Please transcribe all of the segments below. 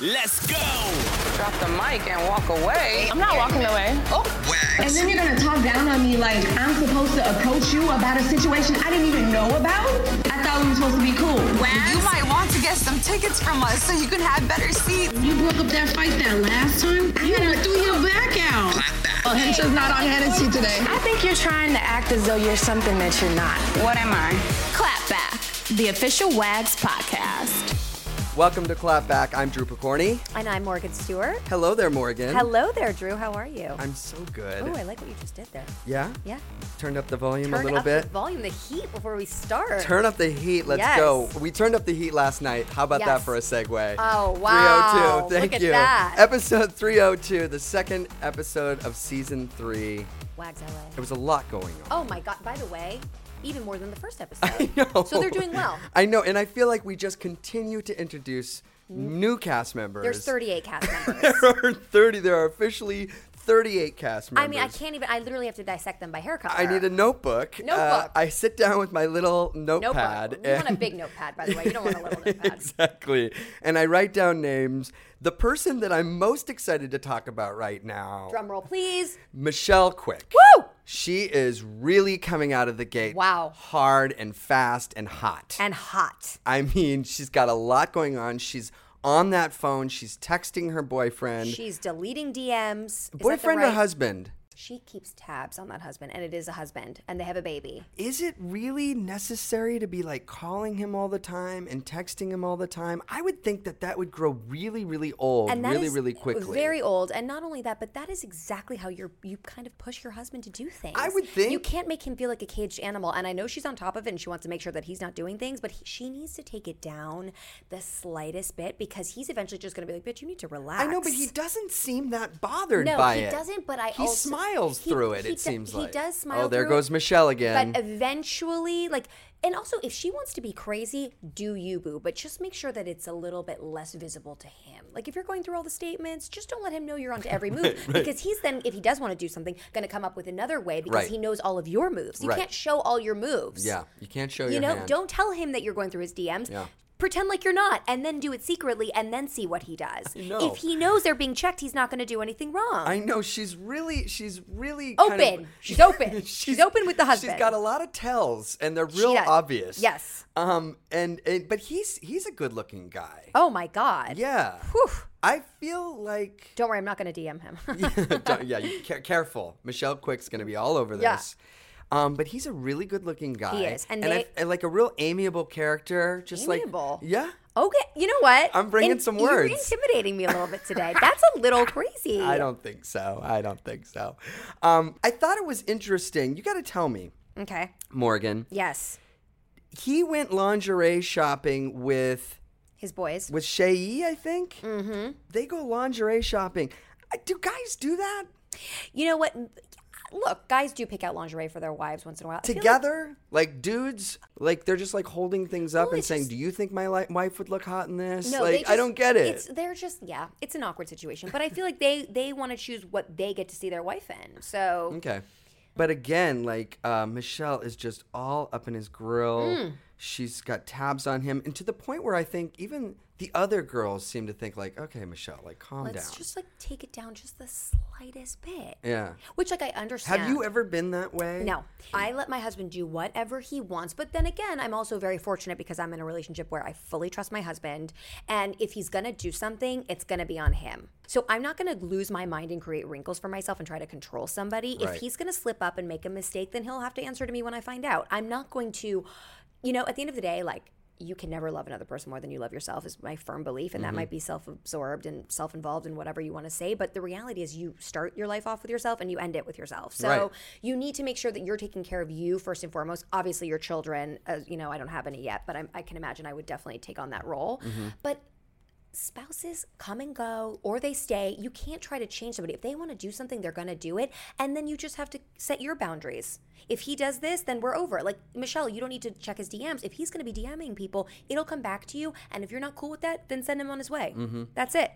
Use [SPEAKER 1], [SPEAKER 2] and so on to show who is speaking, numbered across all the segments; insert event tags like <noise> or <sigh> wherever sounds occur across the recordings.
[SPEAKER 1] Let's go!
[SPEAKER 2] Drop the mic and walk away.
[SPEAKER 3] I'm not walking away.
[SPEAKER 4] And then you're gonna talk down on me like I'm supposed to approach you about a situation I didn't even know about. I thought we were supposed to be cool.
[SPEAKER 5] You might want to get some tickets from us so you can have better seats.
[SPEAKER 4] You broke up that fight that last time. I had to throw your back out.
[SPEAKER 6] Well, Hensha's not on Hennessy today.
[SPEAKER 3] I think you're trying to act as though you're something that you're not.
[SPEAKER 2] What am I?
[SPEAKER 7] Clapback, the official WAGS podcast.
[SPEAKER 8] Welcome to Clap Back. I'm Drew Picorni.
[SPEAKER 9] And I'm Morgan Stewart.
[SPEAKER 8] Hello there, Morgan.
[SPEAKER 9] Hello there, Drew. How are you?
[SPEAKER 8] I'm so good.
[SPEAKER 9] Oh, I like what you just did there.
[SPEAKER 8] yeah?
[SPEAKER 9] Yeah.
[SPEAKER 8] Turned up the volume
[SPEAKER 9] Turn
[SPEAKER 8] a little
[SPEAKER 9] up
[SPEAKER 8] bit.
[SPEAKER 9] the volume, the heat before we start.
[SPEAKER 8] Turn up the heat. Let's
[SPEAKER 9] Yes.
[SPEAKER 8] go. We turned up the heat last night. How about that
[SPEAKER 9] Yes.
[SPEAKER 8] for a segue?
[SPEAKER 9] Oh, wow.
[SPEAKER 8] 302. Thank
[SPEAKER 9] Look at
[SPEAKER 8] you.
[SPEAKER 9] that.
[SPEAKER 8] Episode 302, the second episode of season three.
[SPEAKER 9] Wags
[SPEAKER 8] There
[SPEAKER 9] LA.
[SPEAKER 8] was a lot going on. <laughs>
[SPEAKER 9] Oh my God. By the way, even more than the first episode.
[SPEAKER 8] know.
[SPEAKER 9] So they're doing well.
[SPEAKER 8] I know, and I feel like we just continue to introduce new cast members.
[SPEAKER 9] Mm-hmm. There's 38 cast members.
[SPEAKER 8] <laughs> There are 30. There are officially 38 cast members.
[SPEAKER 9] I mean, I can't even, I literally have to dissect them by hair color.
[SPEAKER 8] I need a notebook. Uh,
[SPEAKER 9] Notebook.
[SPEAKER 8] I sit down with my little notepad.
[SPEAKER 9] notebook. You want
[SPEAKER 8] <laughs>
[SPEAKER 9] a
[SPEAKER 8] and-
[SPEAKER 9] big notepad, by the way. You don't want a little notepad.
[SPEAKER 8] exactly. And I write down names. The person that I'm most excited to talk about right now,
[SPEAKER 9] Drum roll, please.
[SPEAKER 8] Michelle Quick.
[SPEAKER 9] Woo!
[SPEAKER 8] She is really coming out of the gate.
[SPEAKER 9] Wow.
[SPEAKER 8] Hard and fast and hot.
[SPEAKER 9] And hot.
[SPEAKER 8] I mean, she's got a lot going on. She's on that phone. She's texting her boyfriend.
[SPEAKER 9] She's deleting DMs. Is that the
[SPEAKER 8] boyfriend or
[SPEAKER 9] right-
[SPEAKER 8] husband?
[SPEAKER 9] She keeps tabs on that husband, and it is a husband, and they have a baby.
[SPEAKER 8] Is it really necessary to be like calling him all the time and texting him all the time? I would think that that would grow really, really old,
[SPEAKER 9] and that
[SPEAKER 8] really,
[SPEAKER 9] is
[SPEAKER 8] really quickly.
[SPEAKER 9] Very old, and not only that, but that is exactly how you're you kind of push your husband to do things.
[SPEAKER 8] I would
[SPEAKER 9] you
[SPEAKER 8] think-
[SPEAKER 9] can't make him feel like a caged animal. And I know she's on top of it, and she wants to make sure that he's not doing things, but he, she needs to take it down the slightest bit because he's eventually just going to be like, "Bitch, you need to relax."
[SPEAKER 8] I know, but he doesn't seem that bothered
[SPEAKER 9] No,
[SPEAKER 8] by
[SPEAKER 9] he
[SPEAKER 8] it.
[SPEAKER 9] doesn't. But I
[SPEAKER 8] he
[SPEAKER 9] also-
[SPEAKER 8] smiles
[SPEAKER 9] he-
[SPEAKER 8] through it.
[SPEAKER 9] he
[SPEAKER 8] it
[SPEAKER 9] do-
[SPEAKER 8] seems like
[SPEAKER 9] he does smile.
[SPEAKER 8] Oh, there
[SPEAKER 9] through
[SPEAKER 8] goes
[SPEAKER 9] it,
[SPEAKER 8] Michelle again.
[SPEAKER 9] But eventually, like, and also, if she wants to be crazy, do you boo? But just make sure that it's a little bit less visible to him. Like, if you're going through all the statements, just don't let him know you're onto
[SPEAKER 8] <laughs>
[SPEAKER 9] every move because he's then, if he does want to do something, going to come up with another way because
[SPEAKER 8] Right.
[SPEAKER 9] he knows all of your moves. You
[SPEAKER 8] Right.
[SPEAKER 9] can't show all your moves.
[SPEAKER 8] yeah, you can't show
[SPEAKER 9] You
[SPEAKER 8] your
[SPEAKER 9] know,
[SPEAKER 8] hand.
[SPEAKER 9] don't tell him that you're going through his DMs.
[SPEAKER 8] Yeah.
[SPEAKER 9] Pretend like you're not, and then do it secretly, and then see what he does.
[SPEAKER 8] know.
[SPEAKER 9] If he knows they're being checked, he's not going to do anything wrong.
[SPEAKER 8] I know she's really, she's really Kind
[SPEAKER 9] Open.
[SPEAKER 8] of,
[SPEAKER 9] She's
[SPEAKER 8] <laughs>
[SPEAKER 9] open. She's open with the
[SPEAKER 8] She's
[SPEAKER 9] husband.
[SPEAKER 8] got a lot of tells, and they're real
[SPEAKER 9] does.
[SPEAKER 8] obvious.
[SPEAKER 9] Yes.
[SPEAKER 8] Um. And, and but he's he's a good-looking guy.
[SPEAKER 9] oh my God.
[SPEAKER 8] Yeah.
[SPEAKER 9] Whew.
[SPEAKER 8] I feel like
[SPEAKER 9] Don't worry, I'm not going to DM him.
[SPEAKER 8] <laughs>
[SPEAKER 9] <laughs>
[SPEAKER 8] Don't- yeah, you, care, careful. Michelle Quick's going to be all over
[SPEAKER 9] Yeah.
[SPEAKER 8] this. Um, but he's a really good-looking guy.
[SPEAKER 9] He is, and
[SPEAKER 8] I
[SPEAKER 9] they-
[SPEAKER 8] f- and like a real amiable character. Just
[SPEAKER 9] Amiable?
[SPEAKER 8] like yeah.
[SPEAKER 9] Okay, you know what?
[SPEAKER 8] I'm bringing some
[SPEAKER 9] You're
[SPEAKER 8] words.
[SPEAKER 9] intimidating me a little
[SPEAKER 8] <laughs>
[SPEAKER 9] bit today. That's a little crazy.
[SPEAKER 8] I don't think so. I don't think so. Um, I thought it was interesting. You got to tell me,
[SPEAKER 9] Okay.
[SPEAKER 8] Morgan.
[SPEAKER 9] Yes,
[SPEAKER 8] He went lingerie shopping with
[SPEAKER 9] his boys.
[SPEAKER 8] with Shay, I think. Mm-hmm. They go lingerie shopping. I- Do guys do that
[SPEAKER 9] You know what? Look, guys do pick out lingerie for their wives once in a while. I feel like-
[SPEAKER 8] together? Like, dudes, like they're just like holding things up
[SPEAKER 9] Well,
[SPEAKER 8] and
[SPEAKER 9] it's
[SPEAKER 8] saying,
[SPEAKER 9] just-
[SPEAKER 8] "Do you think my li- wife would look hot in this?"
[SPEAKER 9] no,
[SPEAKER 8] like,
[SPEAKER 9] they
[SPEAKER 8] I
[SPEAKER 9] just-
[SPEAKER 8] don't get it.
[SPEAKER 9] It's they're just yeah, it's an awkward situation. But I feel like they they want to choose what they get to see their wife in. So
[SPEAKER 8] Okay. But again, like uh, Michelle is just all up in his grill.
[SPEAKER 9] Mm.
[SPEAKER 8] She's got tabs on him, and to the point where I think even the other girls seem to think like, "Okay, Michelle, like calm
[SPEAKER 9] let's
[SPEAKER 8] down."
[SPEAKER 9] just like take it down just the slightest bit.
[SPEAKER 8] yeah.
[SPEAKER 9] Which like I understand.
[SPEAKER 8] Have you ever been that way?
[SPEAKER 9] No, I let my husband do whatever he wants. But then again, I'm also very fortunate because I'm in a relationship where I fully trust my husband. And if he's going to do something, it's going to be on him. So I'm not going to lose my mind and create wrinkles for myself and try to control somebody.
[SPEAKER 8] Right.
[SPEAKER 9] If he's going to slip up and make a mistake, then he'll have to answer to me when I find out. I'm not going to, you know, at the end of the day, like, you can never love another person more than you love yourself is my firm belief and that might be self-absorbed and self-involved and whatever you want to say but the reality is you start your life off with yourself and you end it with yourself so
[SPEAKER 8] Right.
[SPEAKER 9] you need to make sure that you're taking care of you first and foremost obviously your children uh, you know i don't have any yet but I'm, i can imagine i would definitely take on that role but spouses come and go or they stay you can't try to change somebody if they want to do something they're going to do it and then you just have to set your boundaries If he does this, then we're over. it. Like Michelle, you don't need to check his DMs. If he's going to be DMing people, it'll come back to you. And if you're not cool with that, then send him on his way. That's it.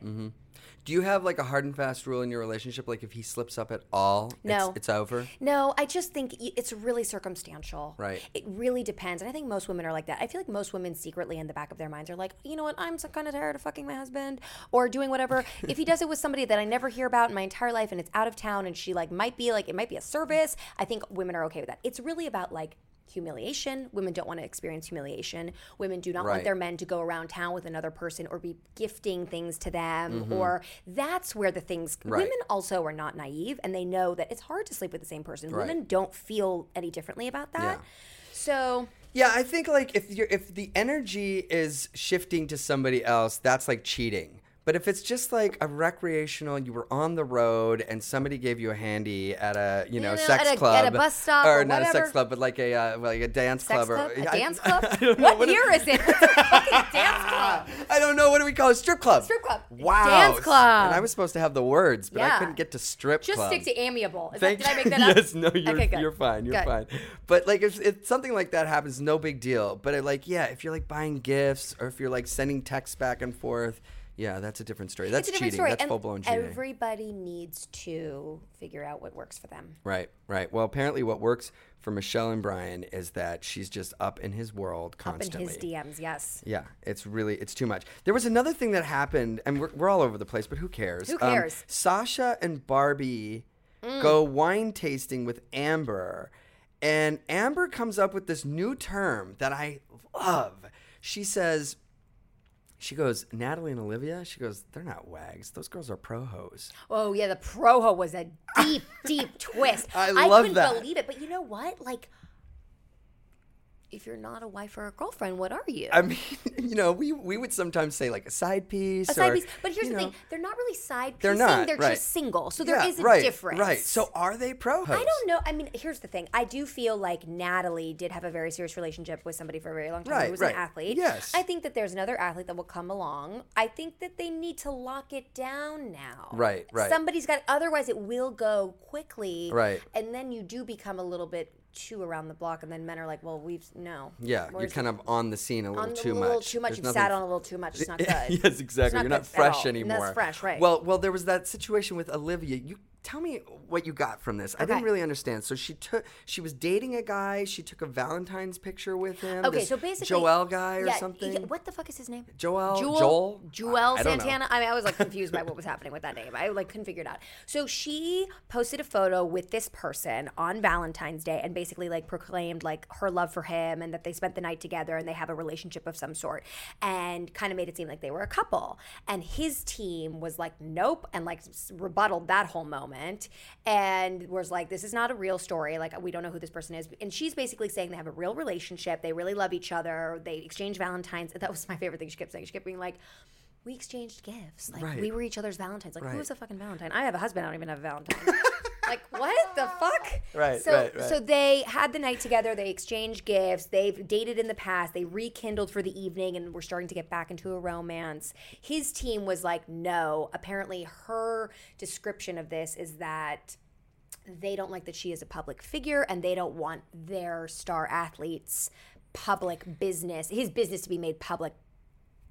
[SPEAKER 8] Do you have like a hard and fast rule in your relationship? Like if he slips up at all,
[SPEAKER 9] No.
[SPEAKER 8] it's, it's over.
[SPEAKER 9] No, I just think y- it's really circumstantial.
[SPEAKER 8] Right.
[SPEAKER 9] It really depends. And I think most women are like that. I feel like most women secretly in the back of their minds are like, you know what, I'm so kind of tired of fucking my husband or doing
[SPEAKER 8] <laughs>
[SPEAKER 9] whatever. if he does it with somebody that I never hear about in my entire life and it's out of town and she like might be like, it might be a service, I think women are okay with that. It's really about like, Humiliation. Women don't want to experience humiliation. Women do not
[SPEAKER 8] Right.
[SPEAKER 9] want their men to go around town with another person or be gifting things to them. Or that's where the things.
[SPEAKER 8] Mm-hmm. Right.
[SPEAKER 9] Women also are not naive and they know that it's hard to sleep with the same person.
[SPEAKER 8] Right.
[SPEAKER 9] Women don't feel any differently about that.
[SPEAKER 8] Yeah.
[SPEAKER 9] So
[SPEAKER 8] Yeah, I think like if you're if the energy is shifting to somebody else, that's like cheating. But if it's just like a recreational, you were on the road and somebody gave you a handy at a you
[SPEAKER 9] know,
[SPEAKER 8] know, sex
[SPEAKER 9] at a- at
[SPEAKER 8] club
[SPEAKER 9] a bus stop
[SPEAKER 8] or,
[SPEAKER 9] or
[SPEAKER 8] not a sex
[SPEAKER 9] whatever.
[SPEAKER 8] club, but like a uh, like a dance
[SPEAKER 9] sex
[SPEAKER 8] club or
[SPEAKER 9] club, a
[SPEAKER 8] I- <laughs>
[SPEAKER 9] dance club.
[SPEAKER 8] I don't know,
[SPEAKER 9] what,
[SPEAKER 8] do-
[SPEAKER 9] year is it? It's a fucking dance club.
[SPEAKER 8] <laughs> I don't know. What do we call it? Strip club.
[SPEAKER 9] Strip club.
[SPEAKER 8] Wow.
[SPEAKER 9] Dance club.
[SPEAKER 8] And I was supposed to have the words, but I
[SPEAKER 9] Yeah.
[SPEAKER 8] couldn't get to strip
[SPEAKER 9] Just
[SPEAKER 8] club.
[SPEAKER 9] stick to amiable. Is
[SPEAKER 8] Thank
[SPEAKER 9] that, did I
[SPEAKER 8] <laughs>
[SPEAKER 9] make
[SPEAKER 8] you.
[SPEAKER 9] that up?
[SPEAKER 8] Yes, no, you're,
[SPEAKER 9] Okay, good.
[SPEAKER 8] you're fine. You're
[SPEAKER 9] Good.
[SPEAKER 8] fine. But like, if, if something like that happens, no big deal. But it, like, yeah, if you're like buying gifts or if you're like sending texts back and forth, yeah, that's a different story.
[SPEAKER 9] It's
[SPEAKER 8] That's
[SPEAKER 9] a different
[SPEAKER 8] cheating.
[SPEAKER 9] story.
[SPEAKER 8] That's
[SPEAKER 9] and
[SPEAKER 8] full blown cheating.
[SPEAKER 9] everybody needs to figure out what works for them.
[SPEAKER 8] Right, right. Well, apparently, what works for Michelle and Brian is that she's just up in his world constantly.
[SPEAKER 9] Up in his DMs, yes.
[SPEAKER 8] Yeah, it's really it's too much. There was another thing that happened, and we're, we're all over the place, but who cares?
[SPEAKER 9] Who
[SPEAKER 8] Um,
[SPEAKER 9] cares? Mm.
[SPEAKER 8] Sasha and Barbie go wine tasting with Amber, and Amber comes up with this new term that I love. She says, she goes, Natalie and Olivia. She goes, they're not wags. Those girls are pro hoes.
[SPEAKER 9] Oh yeah, the proho was a
[SPEAKER 8] <laughs>
[SPEAKER 9] deep, deep twist.
[SPEAKER 8] I love
[SPEAKER 9] couldn't
[SPEAKER 8] that.
[SPEAKER 9] believe it. But you know what? Like, if you're not a wife or a girlfriend, what are you?
[SPEAKER 8] I mean, <laughs> you know, we we would sometimes say like a side piece.
[SPEAKER 9] a side
[SPEAKER 8] or,
[SPEAKER 9] piece. But here's
[SPEAKER 8] you
[SPEAKER 9] the
[SPEAKER 8] know,
[SPEAKER 9] thing: they're not really side piecing.
[SPEAKER 8] They're
[SPEAKER 9] They're,
[SPEAKER 8] not, right.
[SPEAKER 9] just single, so there
[SPEAKER 8] yeah,
[SPEAKER 9] is a
[SPEAKER 8] right,
[SPEAKER 9] difference.
[SPEAKER 8] Right. So are they pro hoes?
[SPEAKER 9] I don't know. I mean, here's the thing. I do feel like Natalie did have a very serious relationship with somebody for a very long time
[SPEAKER 8] Right,
[SPEAKER 9] who was
[SPEAKER 8] right.
[SPEAKER 9] an athlete.
[SPEAKER 8] Yes.
[SPEAKER 9] I think that there's another athlete that will come along. I think that they need to lock it down now.
[SPEAKER 8] Right, right.
[SPEAKER 9] Somebody's got otherwise it will go quickly.
[SPEAKER 8] Right.
[SPEAKER 9] And then you do become a little bit too around the block and then men are like, Well, we've no.
[SPEAKER 8] Yeah,
[SPEAKER 9] Where's
[SPEAKER 8] you're kind of on the scene a little
[SPEAKER 9] on
[SPEAKER 8] too
[SPEAKER 9] a little
[SPEAKER 8] much.
[SPEAKER 9] too much.
[SPEAKER 8] There's
[SPEAKER 9] You've
[SPEAKER 8] nothing-
[SPEAKER 9] sat on a little too much. It's
[SPEAKER 8] <laughs>
[SPEAKER 9] not good.
[SPEAKER 8] yes,
[SPEAKER 9] It's
[SPEAKER 8] exactly.
[SPEAKER 9] not
[SPEAKER 8] You're not
[SPEAKER 9] good at
[SPEAKER 8] fresh
[SPEAKER 9] all.
[SPEAKER 8] anymore.
[SPEAKER 9] That's fresh, right?
[SPEAKER 8] Well, well, there was that situation with Olivia. You tell me what you got from this. I didn't
[SPEAKER 9] Okay.
[SPEAKER 8] really understand. So she took, she was dating a guy. She took a Valentine's picture with him.
[SPEAKER 9] okay,
[SPEAKER 8] this
[SPEAKER 9] so basically,
[SPEAKER 8] Joel guy or
[SPEAKER 9] yeah,
[SPEAKER 8] something.
[SPEAKER 9] yeah, What the fuck is his name?
[SPEAKER 8] Joel-
[SPEAKER 9] Jewel,
[SPEAKER 8] Joel?
[SPEAKER 9] Joel
[SPEAKER 8] I- I don't know.
[SPEAKER 9] Santana. I mean, I was like confused by what was happening with that name. I like couldn't figure it out. So she posted a photo with this person on Valentine's Day and basically like proclaimed like her love for him and that they spent the night together and they have a relationship of some sort and kind of made it seem like they were a couple. And his team was like, nope, and like s- rebutted that whole moment and was like, this is not a real story. Like we don't know who this person is. And she's basically saying they have a real relationship. They really love each other. They exchange Valentines. That was my favorite thing she kept saying. She kept being like we exchanged gifts. Like
[SPEAKER 8] Right.
[SPEAKER 9] we were each other's Valentines. Like
[SPEAKER 8] Right.
[SPEAKER 9] who was a fucking Valentine? I have a husband. I don't even have a Valentine.
[SPEAKER 8] <laughs>
[SPEAKER 9] like what the fuck?
[SPEAKER 8] Right,
[SPEAKER 9] So
[SPEAKER 8] right, right.
[SPEAKER 9] so they had the night together. They exchanged gifts. They've dated in the past. They rekindled for the evening, and we're starting to get back into a romance. His team was like, no. Apparently, her description of this is that they don't like that she is a public figure and they don't want their star athletes public business his business to be made public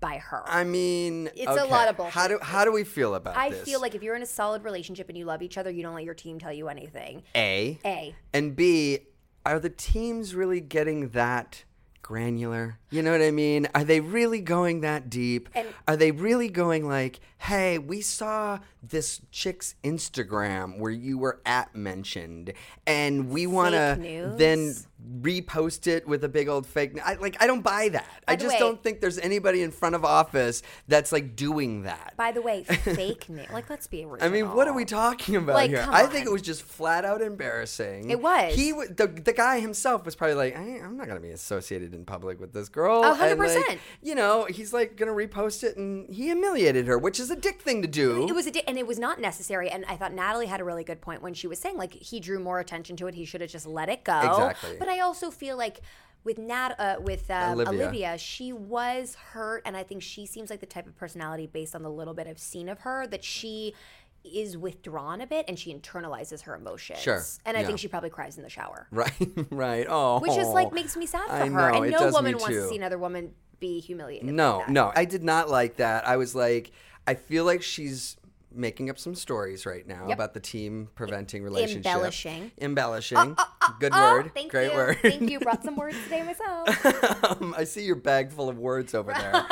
[SPEAKER 9] by her
[SPEAKER 8] I mean,
[SPEAKER 9] It's a lot of
[SPEAKER 8] How do how do we feel about
[SPEAKER 9] I
[SPEAKER 8] this?
[SPEAKER 9] feel like if you're in a solid relationship and you love each other, you don't let your team tell you anything.
[SPEAKER 8] a
[SPEAKER 9] A.
[SPEAKER 8] and B. Are the teams really getting that? granular you know what i mean are they really going that deep are they really going like hey we saw this chick's instagram where you were at mentioned and we want to
[SPEAKER 9] news?
[SPEAKER 8] then repost it with a big old fake n- I, like i don't buy that i
[SPEAKER 9] the
[SPEAKER 8] just
[SPEAKER 9] way-
[SPEAKER 8] don't think there's anybody in front of office that's like doing that
[SPEAKER 9] By the
[SPEAKER 8] <laughs>
[SPEAKER 9] way, fake news. Like, let's be original.
[SPEAKER 8] I mean, what are we talking about
[SPEAKER 9] Like,
[SPEAKER 8] here?
[SPEAKER 9] come
[SPEAKER 8] I think it
[SPEAKER 9] on.
[SPEAKER 8] was just flat out embarrassing.
[SPEAKER 9] It was.
[SPEAKER 8] He, w- the, the guy himself was probably like, I, I'm not gonna be associated in public with this girl.
[SPEAKER 9] A
[SPEAKER 8] And,
[SPEAKER 9] hundred
[SPEAKER 8] like,
[SPEAKER 9] percent.
[SPEAKER 8] You know, he's like gonna repost it, and he humiliated her, which is a dick thing to do.
[SPEAKER 9] It was a di- and it was not necessary. And I thought Natalie had a really good point when she was saying like he drew more attention to it. He should have just let it go.
[SPEAKER 8] Exactly.
[SPEAKER 9] But I also feel like with Nat uh, with um,
[SPEAKER 8] Olivia.
[SPEAKER 9] Olivia. she was hurt, and I think she seems like the type of personality based on the little bit I've seen of her that she is withdrawn a bit and she internalizes her emotions.
[SPEAKER 8] Sure,
[SPEAKER 9] And I
[SPEAKER 8] yeah.
[SPEAKER 9] think she probably cries in the shower.
[SPEAKER 8] <laughs> Right, right. Oh,
[SPEAKER 9] Which is like makes me sad for
[SPEAKER 8] I
[SPEAKER 9] her.
[SPEAKER 8] know, it
[SPEAKER 9] and no
[SPEAKER 8] does me
[SPEAKER 9] woman wants to
[SPEAKER 8] too.
[SPEAKER 9] see another woman be humiliated. like
[SPEAKER 8] <laughs> No,
[SPEAKER 9] that.
[SPEAKER 8] no, I did not like that. I was like, I feel like she's making up some stories right now about the team preventing relationship.
[SPEAKER 9] E, embellishing.
[SPEAKER 8] Embellishing. Good
[SPEAKER 9] Oh,
[SPEAKER 8] word.
[SPEAKER 9] Thank
[SPEAKER 8] Great
[SPEAKER 9] you.
[SPEAKER 8] word.
[SPEAKER 9] Thank you. Brought some words
[SPEAKER 8] <laughs>
[SPEAKER 9] today myself.
[SPEAKER 8] um, I see your bag full of words
[SPEAKER 9] <laughs>
[SPEAKER 8] over there.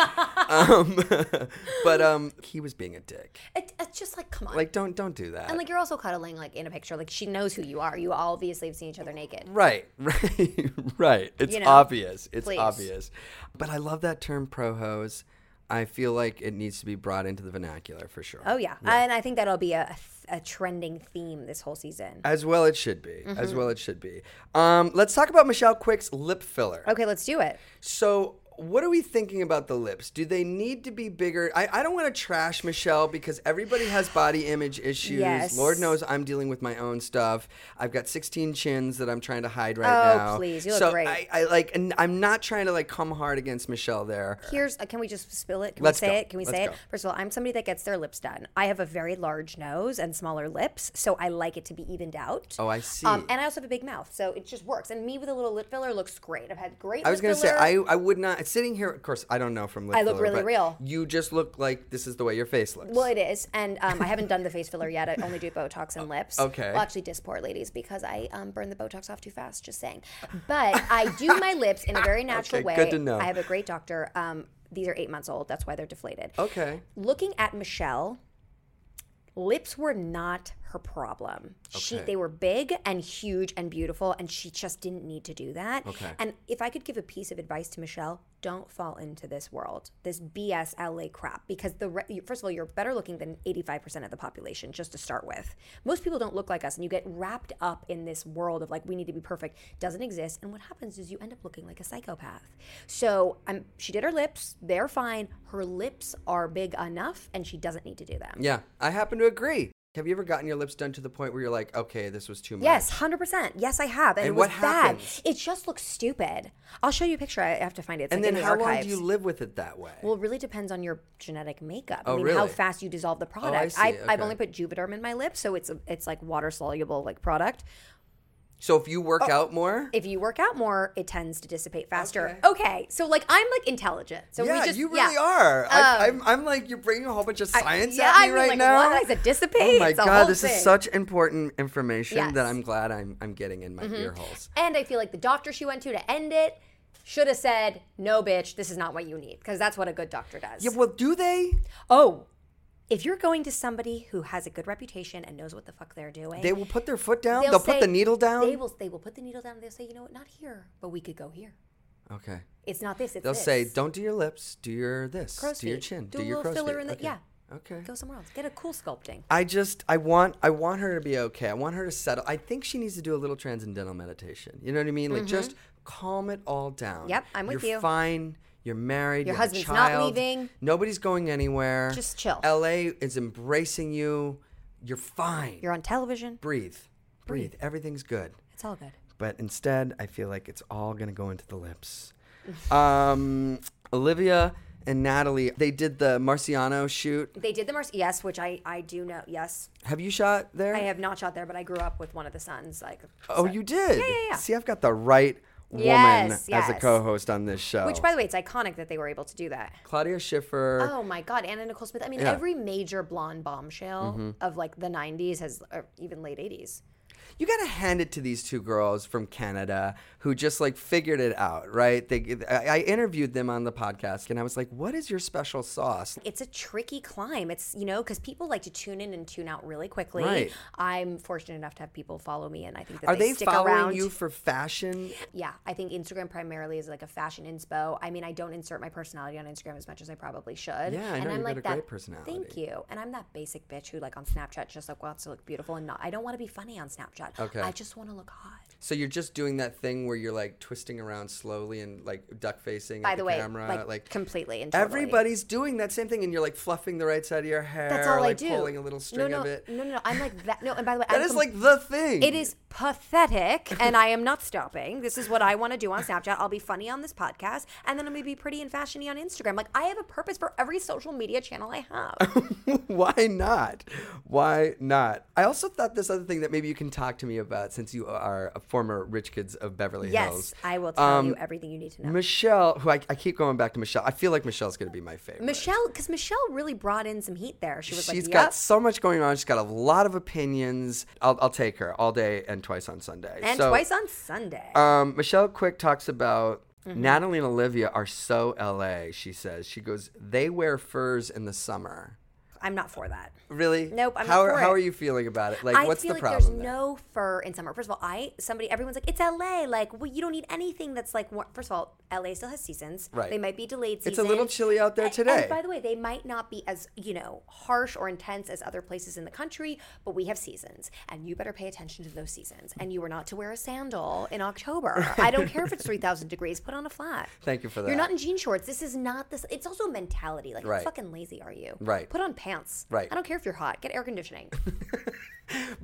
[SPEAKER 8] um, <laughs> but um, he was being a dick.
[SPEAKER 9] It, it's just like, come on.
[SPEAKER 8] Like, don't don't do that.
[SPEAKER 9] and like you're also cuddling like in a picture. Like she knows who you are. You obviously have seen each other naked.
[SPEAKER 8] Right, <laughs> right, right. It's
[SPEAKER 9] You know,
[SPEAKER 8] obvious. It's
[SPEAKER 9] please.
[SPEAKER 8] obvious. But I love that term pro hose. I feel like it needs to be brought into the vernacular for sure.
[SPEAKER 9] Oh yeah. And I think that'll be a, a trending theme this whole season.
[SPEAKER 8] As well it should be.
[SPEAKER 9] Mm-hmm.
[SPEAKER 8] As well it should be. Um, let's talk about Michelle Quick's lip filler.
[SPEAKER 9] okay, let's do it.
[SPEAKER 8] So what are we thinking about the lips? Do they need to be bigger? I, I don't want to trash Michelle because everybody has body image issues.
[SPEAKER 9] Yes.
[SPEAKER 8] Lord knows I'm dealing with my own stuff. I've got 16 chins that I'm trying to hide right
[SPEAKER 9] Oh,
[SPEAKER 8] now.
[SPEAKER 9] please, you look
[SPEAKER 8] so
[SPEAKER 9] great.
[SPEAKER 8] I, I like, and I'm not trying to like come hard against Michelle there.
[SPEAKER 9] Here's uh, can we just spill it? Can
[SPEAKER 8] Let's
[SPEAKER 9] we say
[SPEAKER 8] go.
[SPEAKER 9] it? Can we
[SPEAKER 8] Let's
[SPEAKER 9] say
[SPEAKER 8] go.
[SPEAKER 9] it? First of all, I'm somebody that gets their lips done. I have a very large nose and smaller lips, so I like it to be evened out.
[SPEAKER 8] Oh, I see.
[SPEAKER 9] Um, and I also have a big mouth, so it just works. And me with a little lip filler looks great. I've had great.
[SPEAKER 8] I was
[SPEAKER 9] lip
[SPEAKER 8] gonna say
[SPEAKER 9] filler.
[SPEAKER 8] I, I would not sitting here. Of course, I don't know from lip
[SPEAKER 9] I look
[SPEAKER 8] filler,
[SPEAKER 9] really
[SPEAKER 8] but
[SPEAKER 9] real.
[SPEAKER 8] You just look like this is the way your face looks.
[SPEAKER 9] Well, it is, and um, I haven't done the face filler
[SPEAKER 8] <laughs>
[SPEAKER 9] yet. I only do Botox and lips.
[SPEAKER 8] okay.
[SPEAKER 9] Well, actually, Dysport, ladies, because I um, burn the Botox off too fast. Just saying. But I do my lips in a
[SPEAKER 8] <laughs>
[SPEAKER 9] very natural
[SPEAKER 8] Okay,
[SPEAKER 9] way.
[SPEAKER 8] good to know.
[SPEAKER 9] I have a great doctor. Um, these are eight months old. That's why they're deflated.
[SPEAKER 8] okay.
[SPEAKER 9] Looking at Michelle, lips were not her problem. She
[SPEAKER 8] Okay.
[SPEAKER 9] they were big and huge and beautiful, and she just didn't need to do that.
[SPEAKER 8] Okay.
[SPEAKER 9] And if I could give a piece of advice to Michelle, don't fall into this world, this BS LA crap, because the re- first of all, you're better looking than 85% of the population just to start with. Most people don't look like us, and you get wrapped up in this world of like we need to be perfect. Doesn't exist, and what happens is you end up looking like a psychopath. So um, she did her lips; they're fine. Her lips are big enough, and she doesn't need to do them.
[SPEAKER 8] Yeah, I happen to agree. Have you ever gotten your lips done to the point where you're like, okay, this was too much?
[SPEAKER 9] Yes, hundred percent. Yes, I have, and,
[SPEAKER 8] And
[SPEAKER 9] it was
[SPEAKER 8] what
[SPEAKER 9] bad.
[SPEAKER 8] happens?
[SPEAKER 9] It just looks stupid. I'll show you a picture. I have to find it. It's
[SPEAKER 8] And
[SPEAKER 9] like
[SPEAKER 8] then
[SPEAKER 9] in the
[SPEAKER 8] how long
[SPEAKER 9] archives.
[SPEAKER 8] do you live with it that way?
[SPEAKER 9] Well, it really depends on your genetic makeup.
[SPEAKER 8] Oh,
[SPEAKER 9] I mean, how
[SPEAKER 8] really? Oh,
[SPEAKER 9] fast you dissolve the product.
[SPEAKER 8] see.
[SPEAKER 9] I've
[SPEAKER 8] Okay.
[SPEAKER 9] only put Juvederm in my lips, so it's a, it's like water soluble like product.
[SPEAKER 8] so if you work
[SPEAKER 9] oh,
[SPEAKER 8] out more,
[SPEAKER 9] If you work out more, it tends to dissipate faster. Okay, so like I'm like intelligent. So
[SPEAKER 8] yeah,
[SPEAKER 9] we just
[SPEAKER 8] you
[SPEAKER 9] yeah.
[SPEAKER 8] really are. I, I'm, I'm like, you're bringing a whole bunch of science
[SPEAKER 9] yeah,
[SPEAKER 8] at me
[SPEAKER 9] I mean,
[SPEAKER 8] right
[SPEAKER 9] like,
[SPEAKER 8] now.
[SPEAKER 9] what? I said dissipate.
[SPEAKER 8] Oh my
[SPEAKER 9] It's a
[SPEAKER 8] god,
[SPEAKER 9] whole
[SPEAKER 8] this is
[SPEAKER 9] thing.
[SPEAKER 8] such important information that
[SPEAKER 9] Yes. Mm-hmm.
[SPEAKER 8] I'm glad I'm I'm getting in my ear holes.
[SPEAKER 9] And I feel like the doctor she went to to end it should have said, "No, bitch, this is not what you need," because that's what a good doctor does.
[SPEAKER 8] Yeah, well, do they?
[SPEAKER 9] Oh, if you're going to somebody who has a good reputation and knows what the fuck they're doing,
[SPEAKER 8] They will put their foot down. They'll, put
[SPEAKER 9] say-
[SPEAKER 8] the needle down.
[SPEAKER 9] They will. They will put the needle down. and They'll say, you know what, not here, but we could go here.
[SPEAKER 8] okay.
[SPEAKER 9] It's not this. It's
[SPEAKER 8] They'll
[SPEAKER 9] this.
[SPEAKER 8] say, "Don't do your lips. Do your this.
[SPEAKER 9] Crow's
[SPEAKER 8] do your
[SPEAKER 9] feet.
[SPEAKER 8] chin.
[SPEAKER 9] Do
[SPEAKER 8] Do,
[SPEAKER 9] a
[SPEAKER 8] your
[SPEAKER 9] little
[SPEAKER 8] crow's
[SPEAKER 9] filler
[SPEAKER 8] feet."
[SPEAKER 9] in the-
[SPEAKER 8] okay.
[SPEAKER 9] yeah.
[SPEAKER 8] Okay.
[SPEAKER 9] go somewhere else. Get a cool sculpting.
[SPEAKER 8] I just I want I want her to be okay. I want her to settle. I think she needs to do a little transcendental meditation. You know what I mean? Like just calm it all down.
[SPEAKER 9] Mm-hmm. Yep, I'm with
[SPEAKER 8] You're
[SPEAKER 9] you.
[SPEAKER 8] fine. You're married.
[SPEAKER 9] Your
[SPEAKER 8] you have a
[SPEAKER 9] husband's not
[SPEAKER 8] child.
[SPEAKER 9] leaving.
[SPEAKER 8] Nobody's going anywhere.
[SPEAKER 9] Just chill.
[SPEAKER 8] LA is embracing you. You're fine.
[SPEAKER 9] You're on television.
[SPEAKER 8] Breathe. Breathe. Everything's good.
[SPEAKER 9] It's all good.
[SPEAKER 8] But instead, I feel like it's all going to go into the lips. <laughs> um, Olivia and Natalie, they did the Marciano shoot.
[SPEAKER 9] They did the Mars. Yes, which I I do know. Yes,
[SPEAKER 8] Have you shot there?
[SPEAKER 9] I have not shot there, but I grew up with one of the sons. Like,
[SPEAKER 8] Oh,
[SPEAKER 9] so-
[SPEAKER 8] you did?
[SPEAKER 9] Yeah, yeah, yeah.
[SPEAKER 8] See, I've got the right woman
[SPEAKER 9] Yes,
[SPEAKER 8] as a
[SPEAKER 9] yes.
[SPEAKER 8] co host on this show.
[SPEAKER 9] Which, by the way, it's iconic that they were able to do that.
[SPEAKER 8] Claudia Schiffer.
[SPEAKER 9] Oh my God, Anna Nicole Smith. I mean,
[SPEAKER 8] Yeah. Mm-hmm.
[SPEAKER 9] every major blonde bombshell of like the '90s has, or even late '80s.
[SPEAKER 8] You got to hand it to these two girls from Canada who just like figured it out, right? They, I I interviewed them on the podcast and I was like, what is your special sauce?
[SPEAKER 9] it's a tricky climb. It's you know because people like to tune in and tune out really quickly.
[SPEAKER 8] Right.
[SPEAKER 9] I'm fortunate enough to have people follow me, and I think that
[SPEAKER 8] Are
[SPEAKER 9] they,
[SPEAKER 8] they,
[SPEAKER 9] stick
[SPEAKER 8] following
[SPEAKER 9] around.
[SPEAKER 8] you for fashion?
[SPEAKER 9] yeah, I think Instagram primarily is like a fashion inspo. I mean, I don't insert my personality on Instagram as much as I probably should.
[SPEAKER 8] Yeah, I
[SPEAKER 9] and
[SPEAKER 8] know, you've
[SPEAKER 9] I'm
[SPEAKER 8] got
[SPEAKER 9] like
[SPEAKER 8] a
[SPEAKER 9] that.
[SPEAKER 8] great personality.
[SPEAKER 9] Thank you. And I'm that basic bitch who like on Snapchat just like wants to look beautiful and not. I don't want to be funny on Snapchat. Snapchat.
[SPEAKER 8] Okay.
[SPEAKER 9] I just want to look hot.
[SPEAKER 8] So you're just doing that thing where you're like twisting around slowly and like duck facing
[SPEAKER 9] By
[SPEAKER 8] at
[SPEAKER 9] the way,
[SPEAKER 8] camera,
[SPEAKER 9] like, completely and totally.
[SPEAKER 8] everybody's doing that same thing, and you're like fluffing the right side of your hair,
[SPEAKER 9] That's all
[SPEAKER 8] like
[SPEAKER 9] I do.
[SPEAKER 8] pulling a little string
[SPEAKER 9] no, no,
[SPEAKER 8] of it.
[SPEAKER 9] No, no, no. I'm like that. No, and by the way,
[SPEAKER 8] That
[SPEAKER 9] I'm
[SPEAKER 8] is
[SPEAKER 9] com-
[SPEAKER 8] like the thing.
[SPEAKER 9] It is pathetic, and I am not stopping. This is what I want to do on Snapchat. I'll be funny on this podcast, and then I'm gonna be pretty and fashiony on Instagram. Like I have a purpose for every social media channel I
[SPEAKER 8] <laughs>
[SPEAKER 9] have.
[SPEAKER 8] <laughs> Why not? Why not? I also thought this other thing that maybe you can talk to me about since you are a former Rich Kids of Beverly Hills.
[SPEAKER 9] yes, I will tell
[SPEAKER 8] Um,
[SPEAKER 9] you everything you need to know.
[SPEAKER 8] Michelle, who I, I keep going back to Michelle. I feel like Michelle's going to be my favorite.
[SPEAKER 9] Michelle, because Michelle really brought in some heat there. She was
[SPEAKER 8] She's
[SPEAKER 9] like, yep.
[SPEAKER 8] got so much going on. She's got a lot of opinions. I'll, I'll take her all day and twice on Sunday.
[SPEAKER 9] and
[SPEAKER 8] So,
[SPEAKER 9] twice on Mm-hmm. Sunday.
[SPEAKER 8] Um, Michelle Quick talks about Natalie and Olivia are so LA. She says she goes. They wear furs in the summer.
[SPEAKER 9] I'm not for that.
[SPEAKER 8] Really?
[SPEAKER 9] Nope, I'm
[SPEAKER 8] how
[SPEAKER 9] not
[SPEAKER 8] are,
[SPEAKER 9] for
[SPEAKER 8] how
[SPEAKER 9] it.
[SPEAKER 8] are you feeling about it? Like,
[SPEAKER 9] I
[SPEAKER 8] what's
[SPEAKER 9] feel
[SPEAKER 8] the
[SPEAKER 9] like
[SPEAKER 8] problem?
[SPEAKER 9] there's
[SPEAKER 8] there?
[SPEAKER 9] no fur in summer. First of all, I somebody everyone's like it's LA. Like, well, you don't need anything that's like. Warm. First of all, LA still has seasons.
[SPEAKER 8] Right.
[SPEAKER 9] They might be delayed.
[SPEAKER 8] It's
[SPEAKER 9] Seasons.
[SPEAKER 8] a little chilly out there
[SPEAKER 9] A- and
[SPEAKER 8] today.
[SPEAKER 9] by the way, they might not be as you know harsh or intense as other places in the country, but we have seasons, and you better pay attention to those seasons. And you are not to wear a sandal in
[SPEAKER 8] <laughs>
[SPEAKER 9] October. I don't care if it's three thousand degrees. Put on a flat.
[SPEAKER 8] Thank you for
[SPEAKER 9] You're not
[SPEAKER 8] that.
[SPEAKER 9] in jean shorts. This is not this. It's also mentality. Like,
[SPEAKER 8] Right.
[SPEAKER 9] how fucking lazy are you?
[SPEAKER 8] Right.
[SPEAKER 9] Put on pants.
[SPEAKER 8] Right.
[SPEAKER 9] I don't care if you're hot. Get air
[SPEAKER 8] <laughs>
[SPEAKER 9] conditioning.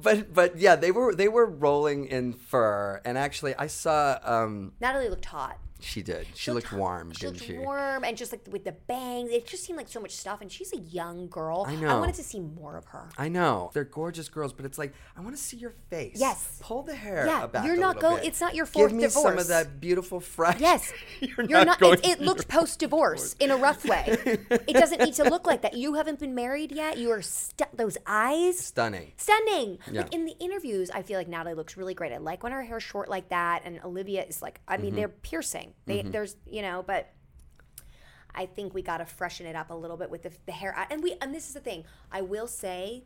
[SPEAKER 8] But but yeah, they were they were rolling in fur, and actually, I saw um
[SPEAKER 9] Natalie looked hot.
[SPEAKER 8] she did. She, looked warm,
[SPEAKER 9] she
[SPEAKER 8] didn't
[SPEAKER 9] looked
[SPEAKER 8] she?
[SPEAKER 9] warm and just like with the bangs. It just seemed like so much stuff. And she's a young girl. I
[SPEAKER 8] know.
[SPEAKER 9] wanted to see more of her.
[SPEAKER 8] I know they're gorgeous girls, but it's like I want to see your face.
[SPEAKER 9] Yes.
[SPEAKER 8] pull the hair.
[SPEAKER 9] Yeah,
[SPEAKER 8] back
[SPEAKER 9] you're
[SPEAKER 8] a
[SPEAKER 9] not
[SPEAKER 8] little
[SPEAKER 9] go-
[SPEAKER 8] bit.
[SPEAKER 9] it's not your
[SPEAKER 8] Give
[SPEAKER 9] fourth
[SPEAKER 8] me some of
[SPEAKER 9] divorce.
[SPEAKER 8] that beautiful fresh.
[SPEAKER 9] Yes.
[SPEAKER 8] <laughs> you're, not, going.
[SPEAKER 9] it, it looked post divorce in a rough way. it doesn't need to look like that. You haven't been married yet. You are stu- those eyes.
[SPEAKER 8] stunning.
[SPEAKER 9] Stunning.
[SPEAKER 8] Yeah.
[SPEAKER 9] Like in the interviews, I feel like Natalie looks really great. I like when her hair's short like that, and Olivia is like, I mean,
[SPEAKER 8] Mm-hmm.
[SPEAKER 9] they're piercing. They there's you know, but I think we got to freshen it up a little bit with the, the hair. And we and this is the thing. I will say,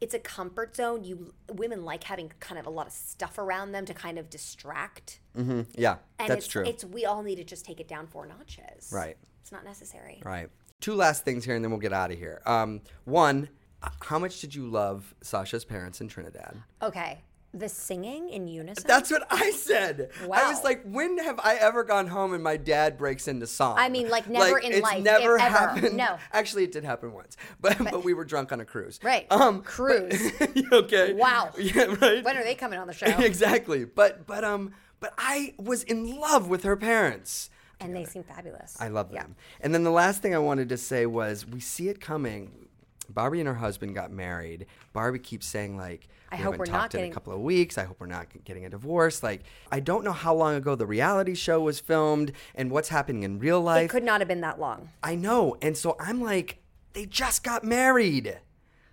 [SPEAKER 9] it's a comfort zone. You women like having kind of a lot of stuff around them to kind of distract.
[SPEAKER 8] Mm, Yeah,
[SPEAKER 9] And
[SPEAKER 8] Mm-hmm. that's
[SPEAKER 9] it's,
[SPEAKER 8] true.
[SPEAKER 9] It's we all need to just take it down four notches.
[SPEAKER 8] Right.
[SPEAKER 9] It's not necessary.
[SPEAKER 8] Right. Two last things here, and then we'll get out of here. Um, one, uh, how much did you love Sasha's parents in Trinidad?
[SPEAKER 9] Okay. The singing in unison.
[SPEAKER 8] That's what I said. I was
[SPEAKER 9] Wow.
[SPEAKER 8] like, when have I ever gone home and my dad breaks into song?
[SPEAKER 9] I mean, like, never in
[SPEAKER 8] it's
[SPEAKER 9] life, if ever.
[SPEAKER 8] Never happened.
[SPEAKER 9] No.
[SPEAKER 8] Actually, it did happen once, but but, we were drunk on a cruise.
[SPEAKER 9] Right.
[SPEAKER 8] Um, <laughs> but-
[SPEAKER 9] Cruise.
[SPEAKER 8] okay.
[SPEAKER 9] Wow.
[SPEAKER 8] Yeah. Right.
[SPEAKER 9] when are they coming
[SPEAKER 8] <laughs>
[SPEAKER 9] on the show?
[SPEAKER 8] exactly. But but um but I was in love with her parents.
[SPEAKER 9] and they seem fabulous.
[SPEAKER 8] I love them. And then the last thing I wanted to say was we see it coming. Barbie and her husband got married. Barbie keeps saying like, "We
[SPEAKER 9] hope
[SPEAKER 8] haven't
[SPEAKER 9] we're not
[SPEAKER 8] talked in a
[SPEAKER 9] getting-
[SPEAKER 8] couple of weeks. I hope we're not getting a divorce." Like, I don't know how long ago the reality show was filmed and what's happening in real
[SPEAKER 9] It
[SPEAKER 8] life.
[SPEAKER 9] could not have been that long.
[SPEAKER 8] I know, and so I'm like, they just got married.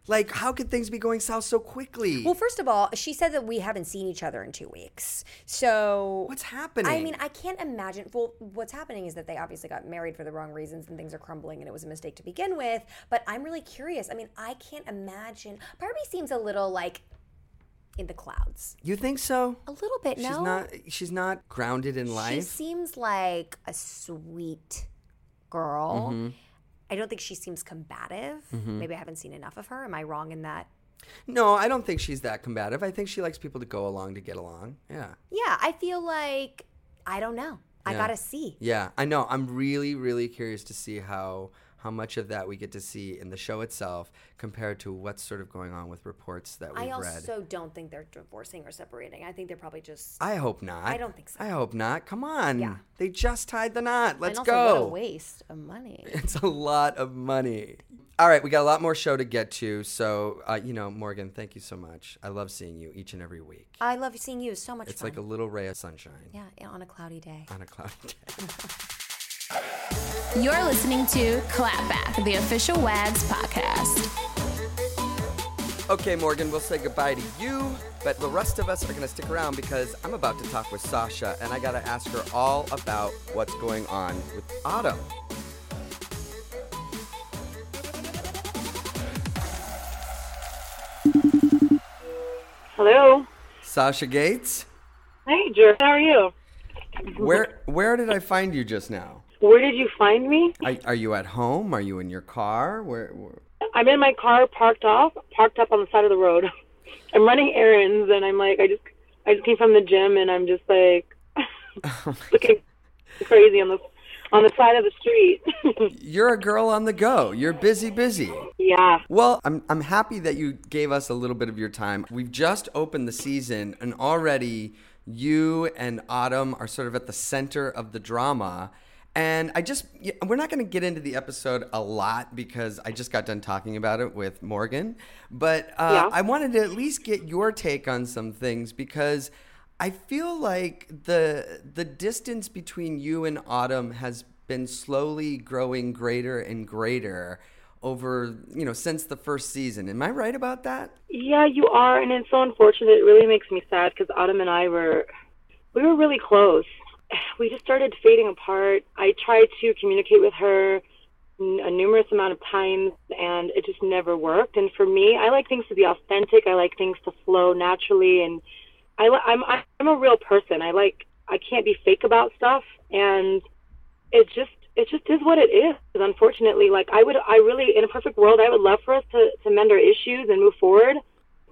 [SPEAKER 8] Like, how could things be going south so quickly?
[SPEAKER 9] Well, first of all, she said that we haven't seen each other in two weeks. So
[SPEAKER 8] What's happening?
[SPEAKER 9] I mean, I can't imagine. Well, what's happening is that they obviously got married for the wrong reasons, and things are crumbling, and it was a mistake to begin with. But I'm really curious. I mean, I can't imagine. Barbie seems a little like in the clouds,
[SPEAKER 8] you think so?
[SPEAKER 9] a little bit.
[SPEAKER 8] She's
[SPEAKER 9] no,
[SPEAKER 8] not. She's not grounded in
[SPEAKER 9] she
[SPEAKER 8] life.
[SPEAKER 9] seems like a sweet girl.
[SPEAKER 8] Mm-hmm.
[SPEAKER 9] I don't think she seems combative. Maybe I haven't seen enough of her. Am I wrong in that?
[SPEAKER 8] No, I don't think she's that combative. I think she likes people to go along to get along. Yeah.
[SPEAKER 9] Yeah, I feel like I don't know. I gotta see.
[SPEAKER 8] Yeah, I know. I'm really, really curious to see how how much of that we get to see in the show itself compared to what's sort of going on with reports that we've
[SPEAKER 9] I
[SPEAKER 8] read.
[SPEAKER 9] also don't think they're divorcing or separating. I think they're probably just.
[SPEAKER 8] I hope not.
[SPEAKER 9] I don't think so.
[SPEAKER 8] I hope not. Come on.
[SPEAKER 9] Yeah.
[SPEAKER 8] They just tied the knot. Let's
[SPEAKER 9] and also,
[SPEAKER 8] go.
[SPEAKER 9] what a waste of money.
[SPEAKER 8] It's a lot of money. All right, we got a lot more show to get to. So, uh, you know, Morgan, thank you so much. I love seeing you each and every week.
[SPEAKER 9] I love seeing you. It was So much
[SPEAKER 8] It's
[SPEAKER 9] fun.
[SPEAKER 8] like a little ray of sunshine
[SPEAKER 9] yeah, yeah, on a cloudy day.
[SPEAKER 8] on a cloudy <laughs> day.
[SPEAKER 7] You're listening to Clapback, the official WAGS podcast.
[SPEAKER 8] Okay, Morgan, we'll say goodbye to you, but the rest of us are going to stick around because I'm about to talk with Sasha and I got to ask her all about what's going on with Autumn.
[SPEAKER 1] Hello.
[SPEAKER 8] Sasha Gates,
[SPEAKER 1] Hey, Drew. How are you?
[SPEAKER 8] where where did I find you just now?
[SPEAKER 1] Where did you find me?
[SPEAKER 8] Are, are you at home? Are you in your car? Where, where
[SPEAKER 1] I'm in my car, parked off, parked up on the side of the road. <laughs> I'm running errands and I'm like, I just, I just came from the gym and I'm just like looking crazy on the on the side of the street. <laughs>
[SPEAKER 8] You're a girl on the go. You're busy, busy.
[SPEAKER 1] yeah.
[SPEAKER 8] Well, I'm, I'm happy that you gave us a little bit of your time. We've just opened the season, and already you and Autumn are sort of at the center of the drama. And I just, y- we're not going to get into the episode a lot because I just got done talking about it with Morgan. But uh,
[SPEAKER 1] Yeah.
[SPEAKER 8] I wanted to at least get your take on some things because I feel like the the distance between you and Autumn has been slowly growing greater and greater over you know since the first season. Am I right about that?
[SPEAKER 1] Yeah, you are, and it's so unfortunate. It really makes me sad because Autumn and I were, we were really close. <sighs> We just started fading apart. I tried to communicate with her n- a numerous amount of times, and it just never worked. And for me, I like things to be authentic. I like things to flow naturally, and I, li- I'm I'm a real person. I like I can't be fake about stuff, and it just it just is what it is unfortunately like i would i really in a perfect world i would love for us to, to mend our issues and move forward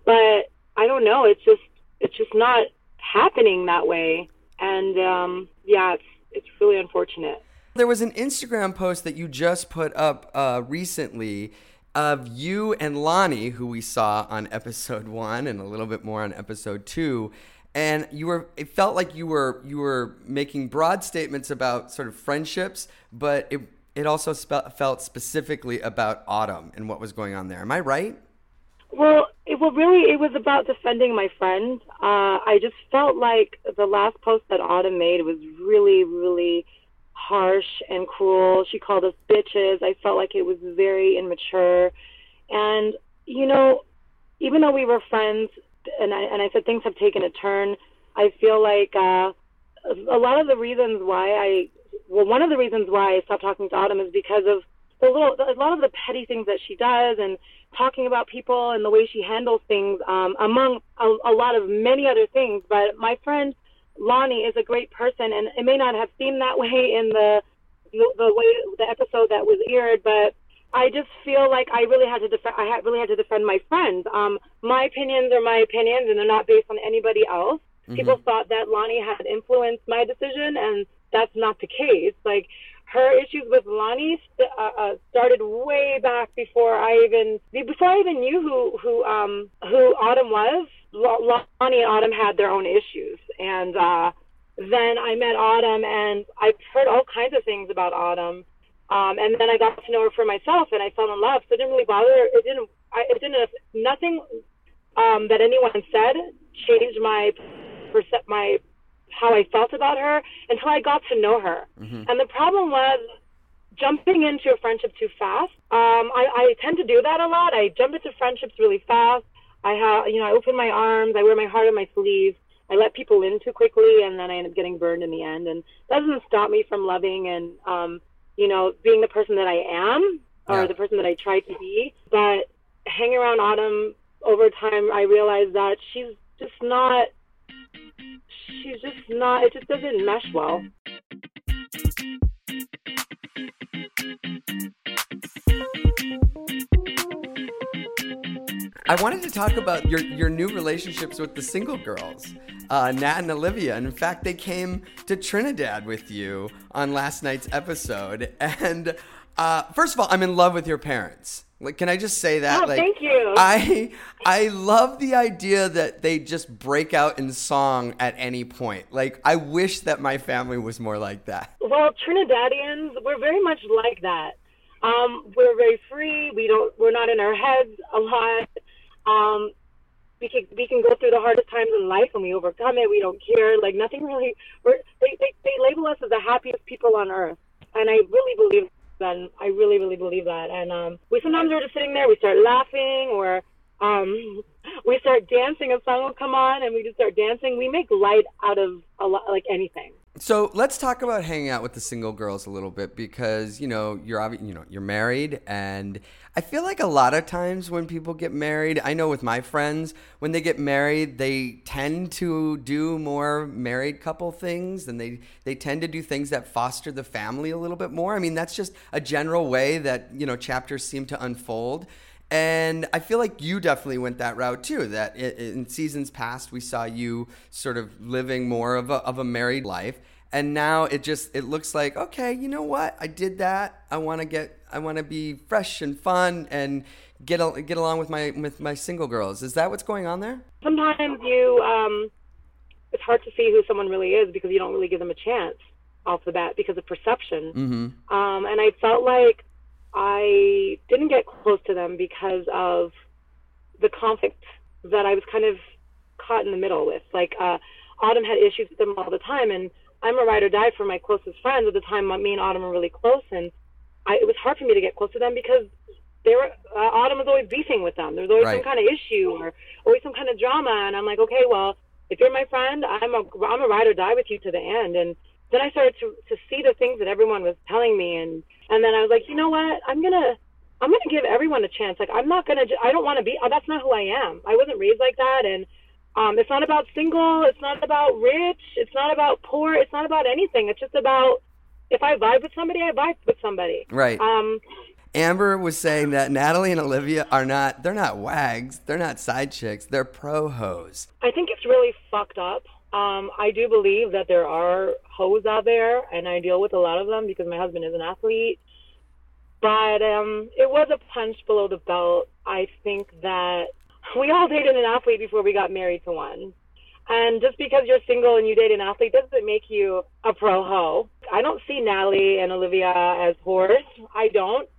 [SPEAKER 1] but i don't know it's just it's just not happening that way and um yeah it's it's really unfortunate
[SPEAKER 8] There was an Instagram post that you just put up uh, recently of you and Lonnie, who we saw on <laughs> episode one and a little bit more on episode two, and you were. It felt like you were you were making broad statements about sort of friendships, but it it also spe- felt specifically about Autumn and what was going on there. Am I right?
[SPEAKER 1] Well, it well really it was about defending my friend. Uh, I just felt like the last post that Autumn made was really, really harsh and cruel. She called us bitches. I felt like it was very immature, and you know, even though we were friends, and I and I said things have taken a turn. I feel like uh, a lot of the reasons why I well one of the reasons why I stopped talking to Autumn is because of the little a lot of the petty things that she does and talking about people and the way she handles things um, among a, a lot of many other things but my friend Lonnie is a great person and it may not have seemed that way in the the, the way the episode that was aired but I just feel like I really had to defend. I had, really had to defend my friends. Um, my opinions are my opinions, and they're not based on anybody else. People thought that Lonnie had influenced my decision, and that's not the case. Like her issues with Lonnie st- uh, uh, started way back before I even before I even knew who who um, who Autumn was. Lo- Lonnie and Autumn had their own issues, and uh, then I met Autumn, and I heard all kinds of things about Autumn. Um, and then I got to know her for myself, and I fell in love. So it didn't really bother. It didn't. I, it didn't. Nothing um, that anyone said changed my percep- my how I felt about her until I got to know her. And the problem was jumping into a friendship too fast. Um, I, I tend to do that a lot. I jump into friendships really fast. I have, you know, I open my arms, I wear my heart on my sleeve. I let people in too quickly, and then I end up getting burned in the end. And that doesn't stop me from loving and, um, you know, being the person that I am or
[SPEAKER 8] Yeah.
[SPEAKER 1] the person that I try to be. But hanging around Autumn over time, I realized that she's just not. She's just not. It just doesn't mesh well.
[SPEAKER 8] I wanted to talk about your, your new relationships with the single girls, uh, Nat and Olivia. And in fact, they came to Trinidad with you on last night's episode. And uh, first of all, I'm in love with your parents. Like, can I just say that?
[SPEAKER 1] Oh,
[SPEAKER 8] like,
[SPEAKER 1] thank you.
[SPEAKER 8] I I love the idea that they just break out in song at any point. Like, I wish that my family was more like that.
[SPEAKER 1] Well, Trinidadians, we're very much like that. Um, we're very free. We don't. We're not in our heads a lot. Um, we can we can go through the hardest times in life and we overcome it. We don't care. Like nothing really. We're, they, they they label us as the happiest people on earth, and I really believe that. I really really believe that. And um, we sometimes we're just sitting there. We start laughing or. Um, <laughs> we start dancing. A song will come on, and we just start dancing. We make light out of a lot, like anything.
[SPEAKER 8] So let's talk about hanging out with the single girls a little bit because you know you're obvi- you know you're married and I feel like a lot of times when people get married, I know with my friends when they get married, they tend to do more married couple things and they they tend to do things that foster the family a little bit more. I mean that's just a general way that you know chapters seem to unfold. And I feel like you definitely went that route too. That i- in seasons past, we saw you sort of living more of a, of a married life, and now it just it looks like okay, you know what? I did that. I want to get I want to be fresh and fun and get al- get along with my with my single girls. Is that what's going on there?
[SPEAKER 1] sometimes you um it's hard to see who someone really is because you don't really give them a chance off the bat because of perception mm-hmm. um and i felt like i didn't get close to them because of the conflict that i was kind of caught in the middle with like uh autumn had issues with them all the time and i'm a ride or die for my closest friends at the time me and autumn were really close and I, it was hard for me to get close to them because they were uh, Autumn was always beefing with them. There was always
[SPEAKER 8] Right.
[SPEAKER 1] some kind of issue or always some kind of drama, and I'm like, okay, well, if you're my friend, I'm a I'm a ride or die with you to the end. And then I started to to see the things that everyone was telling me, and and then I was like, you know what, I'm gonna. I'm gonna give everyone a chance. Like I'm not gonna. ju- I don't want to be. uh, That's not who I am. I wasn't raised like that, and um, it's not about single. It's not about rich. It's not about poor. It's not about anything. It's just about if I vibe with somebody, I vibe with somebody.
[SPEAKER 8] Right.
[SPEAKER 1] Um,
[SPEAKER 8] Amber was saying that Natalie and Olivia are not they're not wags, they're not side chicks, they're pro hoes.
[SPEAKER 1] I think it's really fucked up. Um, I do believe that there are hoes out there, and I deal with a lot of them because my husband is an athlete. But um, it was a punch below the belt. I think that we all dated an athlete before we got married to one. And just because you're single and you date an athlete doesn't make you a pro ho. I don't see Natalie and Olivia as whores. I don't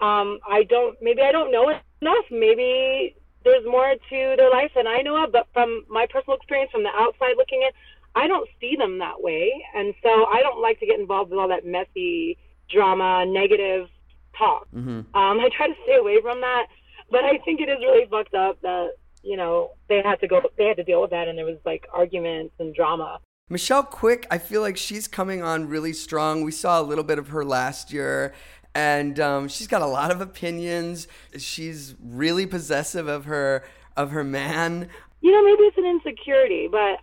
[SPEAKER 1] um, I don't, maybe I don't know enough. Maybe there's more to their life than I know of, but from my personal experience, from the outside looking in, I don't see them that way. And so I don't like to get involved with all that messy drama, negative talk. Um, I try to stay away from that, but I think it is really fucked up that, you know, they had to go, they had to deal with that and there was like arguments and drama.
[SPEAKER 8] Michelle Quick, I feel like she's coming on really strong. We saw a little bit of her last year, and um, she's got a lot of opinions. She's really possessive of her of her man.
[SPEAKER 1] you know, maybe it's an insecurity, but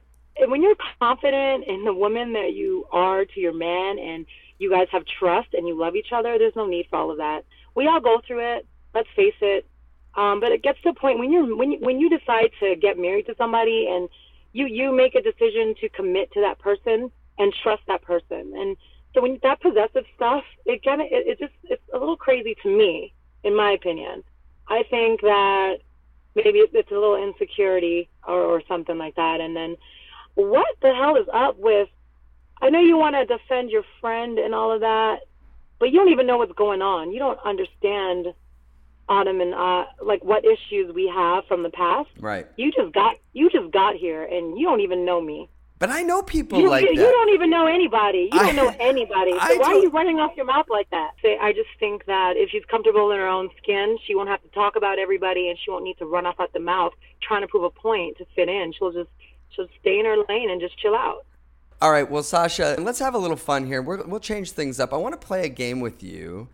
[SPEAKER 1] when you're confident in the woman that you are to your man and you guys have trust and you love each other, there's no need for all of that. We all go through it. Let's face it. Um, but it gets to a point when you're when you, when you decide to get married to somebody and you you make a decision to commit to that person and trust that person. And so when that possessive stuff, it kind of it, it just it's a little crazy to me, in my opinion. I think that maybe it- it's a little insecurity or, or something like that. And then what the hell is up with? I know you want to defend your friend and all of that, but you don't even know what's going on. You don't understand Autumn and uh, like what issues we have from the past.
[SPEAKER 8] Right.
[SPEAKER 1] You just got you just got here and you don't even know me.
[SPEAKER 8] But I know people
[SPEAKER 1] You,
[SPEAKER 8] like
[SPEAKER 1] you,
[SPEAKER 8] that.
[SPEAKER 1] you don't e-, even know anybody. You
[SPEAKER 8] I- <laughs>
[SPEAKER 1] don't know anybody. So
[SPEAKER 8] I
[SPEAKER 1] why are
[SPEAKER 8] don't-
[SPEAKER 1] you running off your mouth like that? Say, I just think that if she's comfortable in her own skin, she won't have to talk about everybody, and she won't need to run off at the mouth trying to prove a point to fit in. She'll just she'll stay in her lane and just chill out.
[SPEAKER 8] All right, well, Sasha, let's have a little fun here. We're, we'll change things up. I want to play a game with you.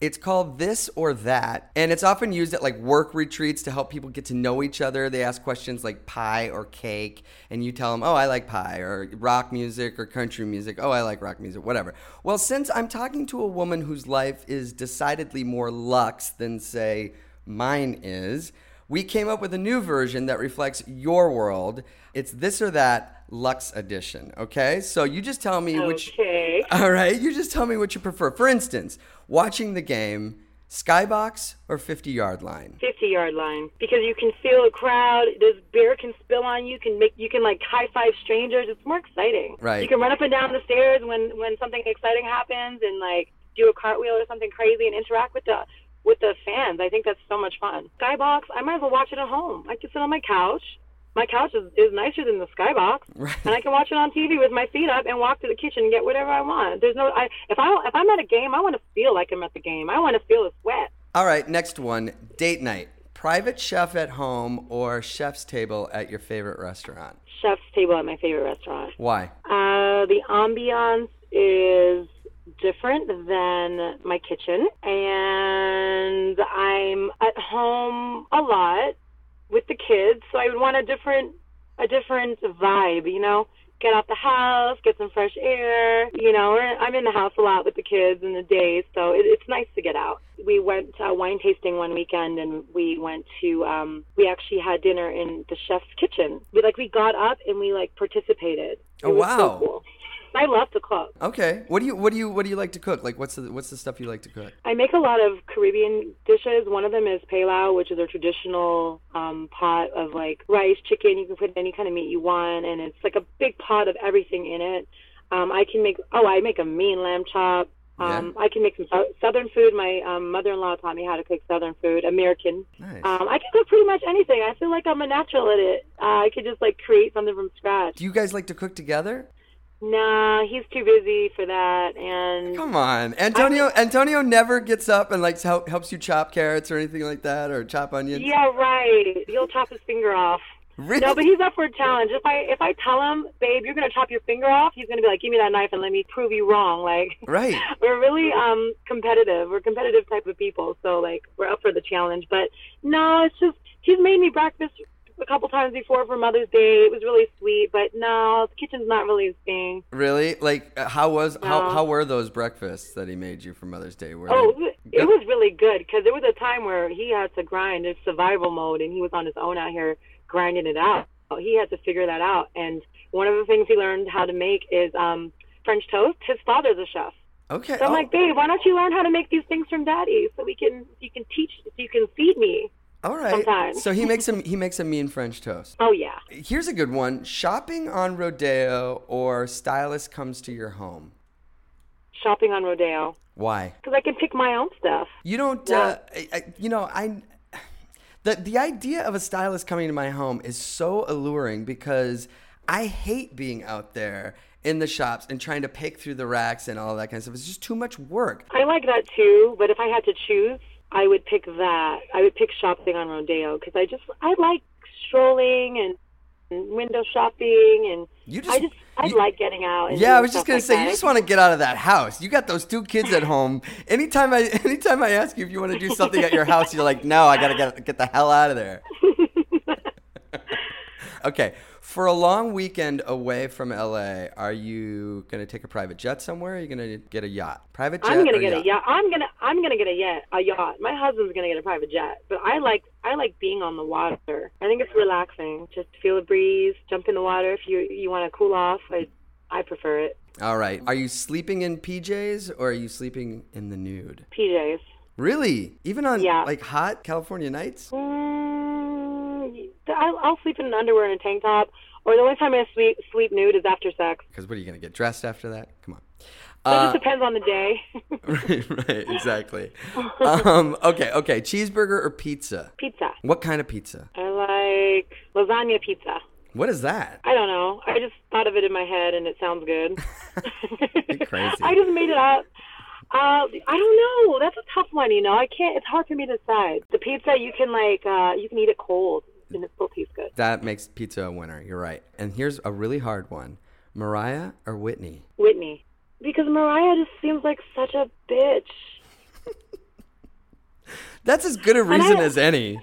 [SPEAKER 8] It's called This or That, and it's often used at like work retreats to help people get to know each other. They ask questions like pie or cake, and you tell them, oh, I like pie, or rock music, or country music, oh, I like rock music, whatever. Well, since I'm talking to a woman whose life is decidedly more luxe than, say, mine is, we came up with a new version that reflects your world. It's This or That Lux Edition, okay? So you just tell me which.
[SPEAKER 1] Okay.
[SPEAKER 8] <laughs> All right, you just tell me what you prefer. For instance, watching the game, skybox or 50 yard line?
[SPEAKER 1] 50 yard line because you can feel a crowd. This beer can spill on you. Can make you can like high five strangers. It's more exciting.
[SPEAKER 8] Right.
[SPEAKER 1] You can run up and down the stairs when when something exciting happens and like do a cartwheel or something crazy and interact with the with the fans. I think that's so much fun. Skybox. I might as well watch it at home. I can sit on my couch. My couch is, is nicer than the skybox,
[SPEAKER 8] <laughs> Right.
[SPEAKER 1] and I can watch it on TV with my feet up and walk to the kitchen and get whatever I want. There's no, I, if I if I'm at a game, I want to feel like I'm at the game. I want to feel the sweat.
[SPEAKER 8] All right, next one date night, private chef at home or chef's table at your favorite restaurant?
[SPEAKER 1] Chef's table at my favorite restaurant.
[SPEAKER 8] Why?
[SPEAKER 1] Uh, the ambiance is different than my kitchen, and I'm at home a lot with the kids, so I would want a different a different vibe, you know. get out the house, get some fresh air. You know, we're, I'm in the house a lot with the kids in the days, so it, it's nice to get out. We went uh, wine tasting one weekend, and we went to. Um, we actually had dinner in the chef's kitchen. We like we got up and we like participated. It
[SPEAKER 8] Oh,
[SPEAKER 1] was so
[SPEAKER 8] wow.
[SPEAKER 1] cool. I love to cook.
[SPEAKER 8] Okay. What do you what do you what do you like to cook? Like what's the what's the stuff you like to cook?
[SPEAKER 1] I make a lot of Caribbean dishes. One of them is palau, which is a traditional um, pot of like rice, chicken. You can put any kind of meat you want, and it's like a big pot of everything in it. Um, I can make oh, I make a mean lamb chop. Um, I can make some sou- southern food. My um, mother-in-law taught me how to cook southern food, American.
[SPEAKER 8] Nice.
[SPEAKER 1] Um, I can cook pretty much anything. I feel like I'm a natural at it. Uh, I could just like create something from scratch.
[SPEAKER 8] Do you guys like to cook together?
[SPEAKER 1] Nah, he's too busy for that, and
[SPEAKER 8] Come on. Antonio Antonio never gets up and like help, helps you chop carrots or anything like that or chop onions.
[SPEAKER 1] Yeah, right. He'll chop his finger off.
[SPEAKER 8] Really?
[SPEAKER 1] No, but he's up for a challenge. If I if I tell him, babe, you're gonna chop your finger off, he's gonna be like, give me that knife and let me prove you wrong. Like <laughs>
[SPEAKER 8] Right.
[SPEAKER 1] we're really um competitive. We're competitive type of people, so like we're up for the challenge. But no, it's just he's made me breakfast a couple times before for Mother's Day. It was really sweet, but no, the kitchen's not really his thing.
[SPEAKER 8] Really? Like uh, how was how,
[SPEAKER 1] No.
[SPEAKER 8] how were those breakfasts that he made you for Mother's Day? Were
[SPEAKER 1] Oh, it
[SPEAKER 8] they-
[SPEAKER 1] was- it was really good because there was a time where he had to grind in survival mode, and he was on his own out here grinding it out. He had to figure that out, and one of the things he learned how to make is um, French toast. His father's a chef,
[SPEAKER 8] Okay.
[SPEAKER 1] so I'm
[SPEAKER 8] oh,
[SPEAKER 1] like, babe, why don't you learn how to make these things from daddy so we can you can teach so you can feed me?
[SPEAKER 8] all right.
[SPEAKER 1] sometimes.
[SPEAKER 8] So he makes him he makes a mean French toast.
[SPEAKER 1] Oh yeah,
[SPEAKER 8] Here's a good one. Shopping on Rodeo or stylist comes to your home.
[SPEAKER 1] shopping on Rodeo
[SPEAKER 8] Why?
[SPEAKER 1] because I can pick my own stuff.
[SPEAKER 8] You don't. Uh, I, I, you know, I. The the idea of a stylist coming to my home is so alluring because I hate being out there in the shops and trying to pick through the racks and all that kind of stuff. It's just too much work.
[SPEAKER 1] I like that too, but if I had to choose, I would pick that. I would pick shopping on Rodeo because I just I like strolling and, and window shopping and
[SPEAKER 8] You
[SPEAKER 1] I
[SPEAKER 8] just-
[SPEAKER 1] just I
[SPEAKER 8] you-
[SPEAKER 1] like getting out. And
[SPEAKER 8] Yeah, I
[SPEAKER 1] doing
[SPEAKER 8] was just
[SPEAKER 1] stuff
[SPEAKER 8] gonna
[SPEAKER 1] like
[SPEAKER 8] say
[SPEAKER 1] that.
[SPEAKER 8] you just want to get out of that house. You got those two kids at home. Anytime I <laughs> anytime I ask you if you want to do something at your house, you're like, no, I gotta get get the hell out of
[SPEAKER 1] <laughs>
[SPEAKER 8] there. okay, for a long weekend away from LA, are you gonna take a private jet somewhere? Or are you gonna get a yacht? Private jet?
[SPEAKER 1] I'm gonna
[SPEAKER 8] or
[SPEAKER 1] get a yacht. I'm gonna I'm gonna get a yacht. A yacht. My husband's gonna get a private jet, but I like I like being on the water. I think it's relaxing. Just feel the breeze, jump in the water if you you want to cool off. I I prefer it.
[SPEAKER 8] All right. Are you sleeping in PJs or are you sleeping in the nude?
[SPEAKER 1] PJs.
[SPEAKER 8] Really? Even on
[SPEAKER 1] Yeah.
[SPEAKER 8] like hot California nights?
[SPEAKER 1] Mm, I'll, I'll sleep in underwear and a tank top, or the only time I sleep sleep nude is after sex.
[SPEAKER 8] Because what are you gonna get dressed after that? Come on.
[SPEAKER 1] So
[SPEAKER 8] Uh,
[SPEAKER 1] it just depends on the day. <laughs>
[SPEAKER 8] right, <laughs> right, exactly. um, okay, okay. Cheeseburger or pizza?
[SPEAKER 1] pizza.
[SPEAKER 8] What kind of pizza?
[SPEAKER 1] I like lasagna pizza.
[SPEAKER 8] What is that?
[SPEAKER 1] I don't know. I just thought of it in my head, and it sounds good.
[SPEAKER 8] <laughs> You're crazy.
[SPEAKER 1] I just made it up. Uh, I don't know. That's a tough one. You know, I can't. It's hard for me to decide. The pizza you can like, uh, you can eat it cold, and it still tastes good.
[SPEAKER 8] That makes pizza a winner. You're right. And here's a really hard one Mariah or Whitney?
[SPEAKER 1] Whitney, because Mariah just seems like such a bitch.
[SPEAKER 8] That's as good a reason
[SPEAKER 1] I-
[SPEAKER 8] as any.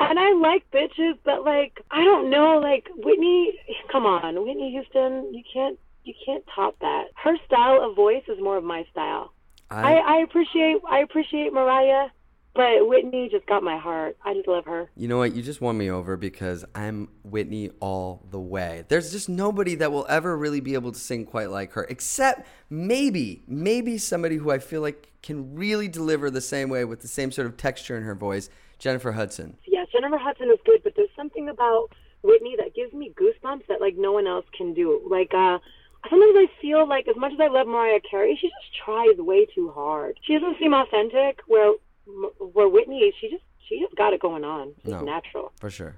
[SPEAKER 1] And I like bitches, but like I don't know, like Whitney. Come on, Whitney Houston, you can't you can't top that. Her style of voice is more of my style. I,
[SPEAKER 8] I,
[SPEAKER 1] I appreciate I appreciate Mariah, but Whitney just got my heart. I just love her.
[SPEAKER 8] you know what? You just won me over because I'm Whitney all the way. There's just nobody that will ever really be able to sing quite like her, except maybe, maybe somebody who I feel like can really deliver the same way with the same sort of texture in her voice Jennifer Hudson.
[SPEAKER 1] Yeah, Jennifer Hudson is good, but there's something about Whitney that gives me goosebumps that like no one else can do. Like uh sometimes I feel like as much as I love Mariah Carey, she just tries way too hard. She doesn't seem authentic. Where where Whitney, she just she just got it going on. She's
[SPEAKER 8] No.
[SPEAKER 1] natural.
[SPEAKER 8] For sure.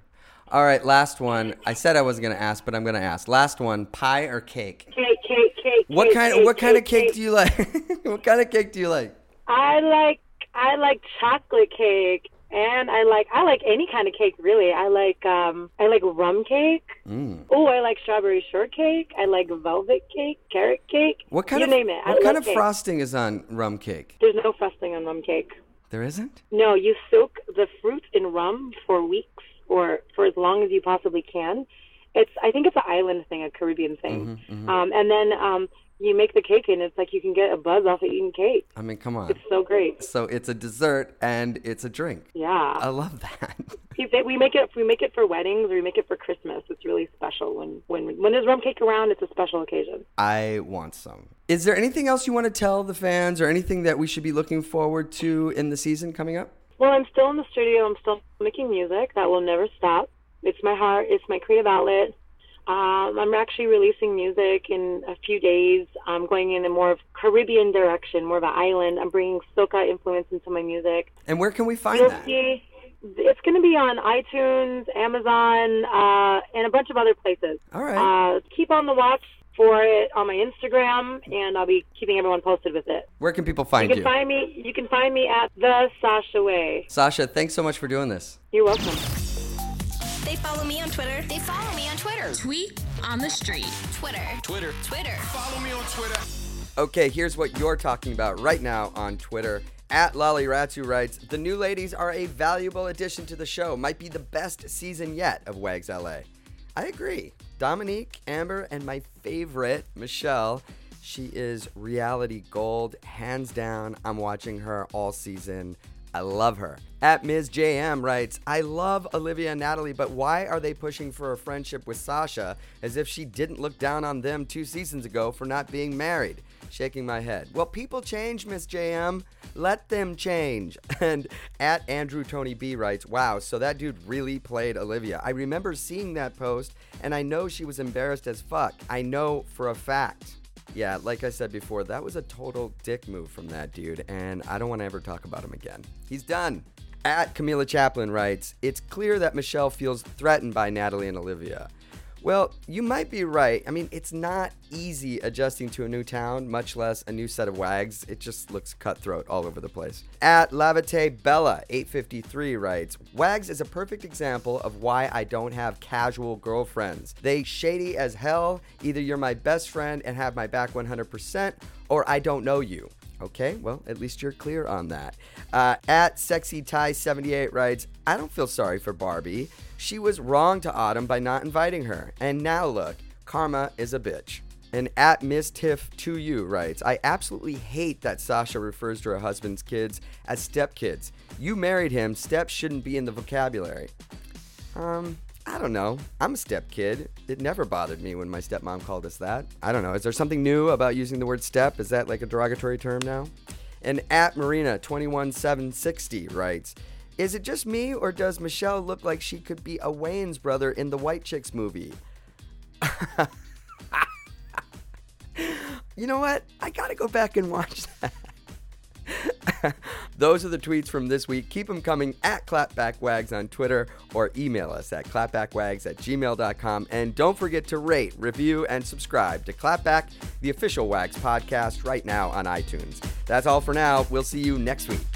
[SPEAKER 8] All right, last one. I said I wasn't gonna ask, but I'm gonna ask. Last one: pie or cake?
[SPEAKER 1] Cake, cake, cake.
[SPEAKER 8] What
[SPEAKER 1] cake,
[SPEAKER 8] kind?
[SPEAKER 1] Cake,
[SPEAKER 8] what kind of cake,
[SPEAKER 1] cake
[SPEAKER 8] do you like? <laughs> what kind of cake do you like?
[SPEAKER 1] I like I like chocolate cake and I like I like any kind of cake really. I like um I like rum cake.
[SPEAKER 8] Mm.
[SPEAKER 1] Oh, I like strawberry shortcake. I like velvet cake, carrot cake.
[SPEAKER 8] What kind
[SPEAKER 1] you
[SPEAKER 8] of
[SPEAKER 1] name it. I
[SPEAKER 8] what kind
[SPEAKER 1] love
[SPEAKER 8] of
[SPEAKER 1] cake.
[SPEAKER 8] frosting is on rum cake?
[SPEAKER 1] There's no frosting on rum cake.
[SPEAKER 8] There isn't.
[SPEAKER 1] No, you soak the fruit in rum for weeks or for as long as you possibly can, it's I think it's an island thing, a Caribbean thing.
[SPEAKER 8] Mm-hmm,
[SPEAKER 1] Um, and then um, you make the cake, and it's like you can get a buzz off of eating cake.
[SPEAKER 8] I mean, come on.
[SPEAKER 1] So great,
[SPEAKER 8] So it's a dessert and it's a drink.
[SPEAKER 1] yeah.
[SPEAKER 8] I love that. <laughs>
[SPEAKER 1] See, they- we make it we make it for weddings or we make it for Christmas. It's really special when when when there's rum cake around. It's a special occasion.
[SPEAKER 8] I want some. Is there anything else you want to tell the fans or anything that we should be looking forward to in the season coming up?
[SPEAKER 1] Well, I'm still in the studio. I'm still making music that will never stop. It's my heart. It's my creative outlet. Um, I'm actually releasing music in a few days. I'm going in a more of Caribbean direction, more of an island. I'm bringing soca influence into my music.
[SPEAKER 8] And where can we find
[SPEAKER 1] You'll
[SPEAKER 8] that?
[SPEAKER 1] see. It's going to be on iTunes, Amazon, uh, and a bunch of other places.
[SPEAKER 8] All right.
[SPEAKER 1] Uh, keep on the watch for it on my Instagram, and I'll be keeping everyone posted with it.
[SPEAKER 8] Where can people
[SPEAKER 1] You
[SPEAKER 8] find you?
[SPEAKER 1] can find me. You can find me at the Sasha Way.
[SPEAKER 8] Sasha, thanks so much for doing this.
[SPEAKER 1] You're welcome.
[SPEAKER 10] They follow me on Twitter.
[SPEAKER 7] They follow me on Twitter.
[SPEAKER 10] Tweet on the street.
[SPEAKER 7] Twitter.
[SPEAKER 11] Twitter.
[SPEAKER 7] Twitter.
[SPEAKER 8] Okay, here's what you're talking about right now on Twitter. At Lolly Ratsu writes, The new ladies are a valuable addition to the show. Might be the best season yet of Wags LA. I agree. Dominique, Amber, and my favorite, Michelle. She is reality gold, hands down. I'm watching her all season. I love her. At Ms. JM writes, I love Olivia and Natalie, but why are they pushing for a friendship with Sasha as if she didn't look down on them two seasons ago for not being married? Shaking my head. Well, people change, Miss JM. Let them change. <laughs> And at Andrew Tony B writes, Wow, so that dude really played Olivia. I remember seeing that post, and I know she was embarrassed as fuck. I know for a fact. Yeah, like I said before, that was a total dick move from that dude, and I don't want to ever talk about him again. He's done. At Camila Chaplin writes, It's clear that Michelle feels threatened by Natalie and Olivia. Well, you might be right. I mean, it's not easy adjusting to a new town, much less a new set of wags. It just looks cutthroat all over the place. At Lavate Bella 853 writes, Wags is a perfect example of why I don't have casual girlfriends. They shady as hell. Either you're my best friend and have my back 100%, or I don't know you. Okay, well, at least you're clear on that. Uh, at Sexy Tie 78 writes, I don't feel sorry for Barbie. She was wrong to Autumn by not inviting her. And now look, karma is a bitch. And at Miss Tiff 2U writes, I absolutely hate that Sasha refers to her husband's kids as stepkids. You married him, step shouldn't be in the vocabulary. Um, I don't know. I'm a step kid. It never bothered me when my stepmom called us that. I don't know. Is there something new about using the word step? Is that like a derogatory term now? And at Marina 21760 writes, "Is it just me or does Michelle look like she could be a Wayans brother in the White Chicks movie?" <laughs> you know what? I got to go back and watch that. Those are the tweets from this week. Keep them coming at clapbackwags on Twitter or email us at clapbackwags at gmail.com. And don't forget to rate, review, and subscribe to Clapback, the official Wags podcast, right now on iTunes. That's all for now. We'll see you next week.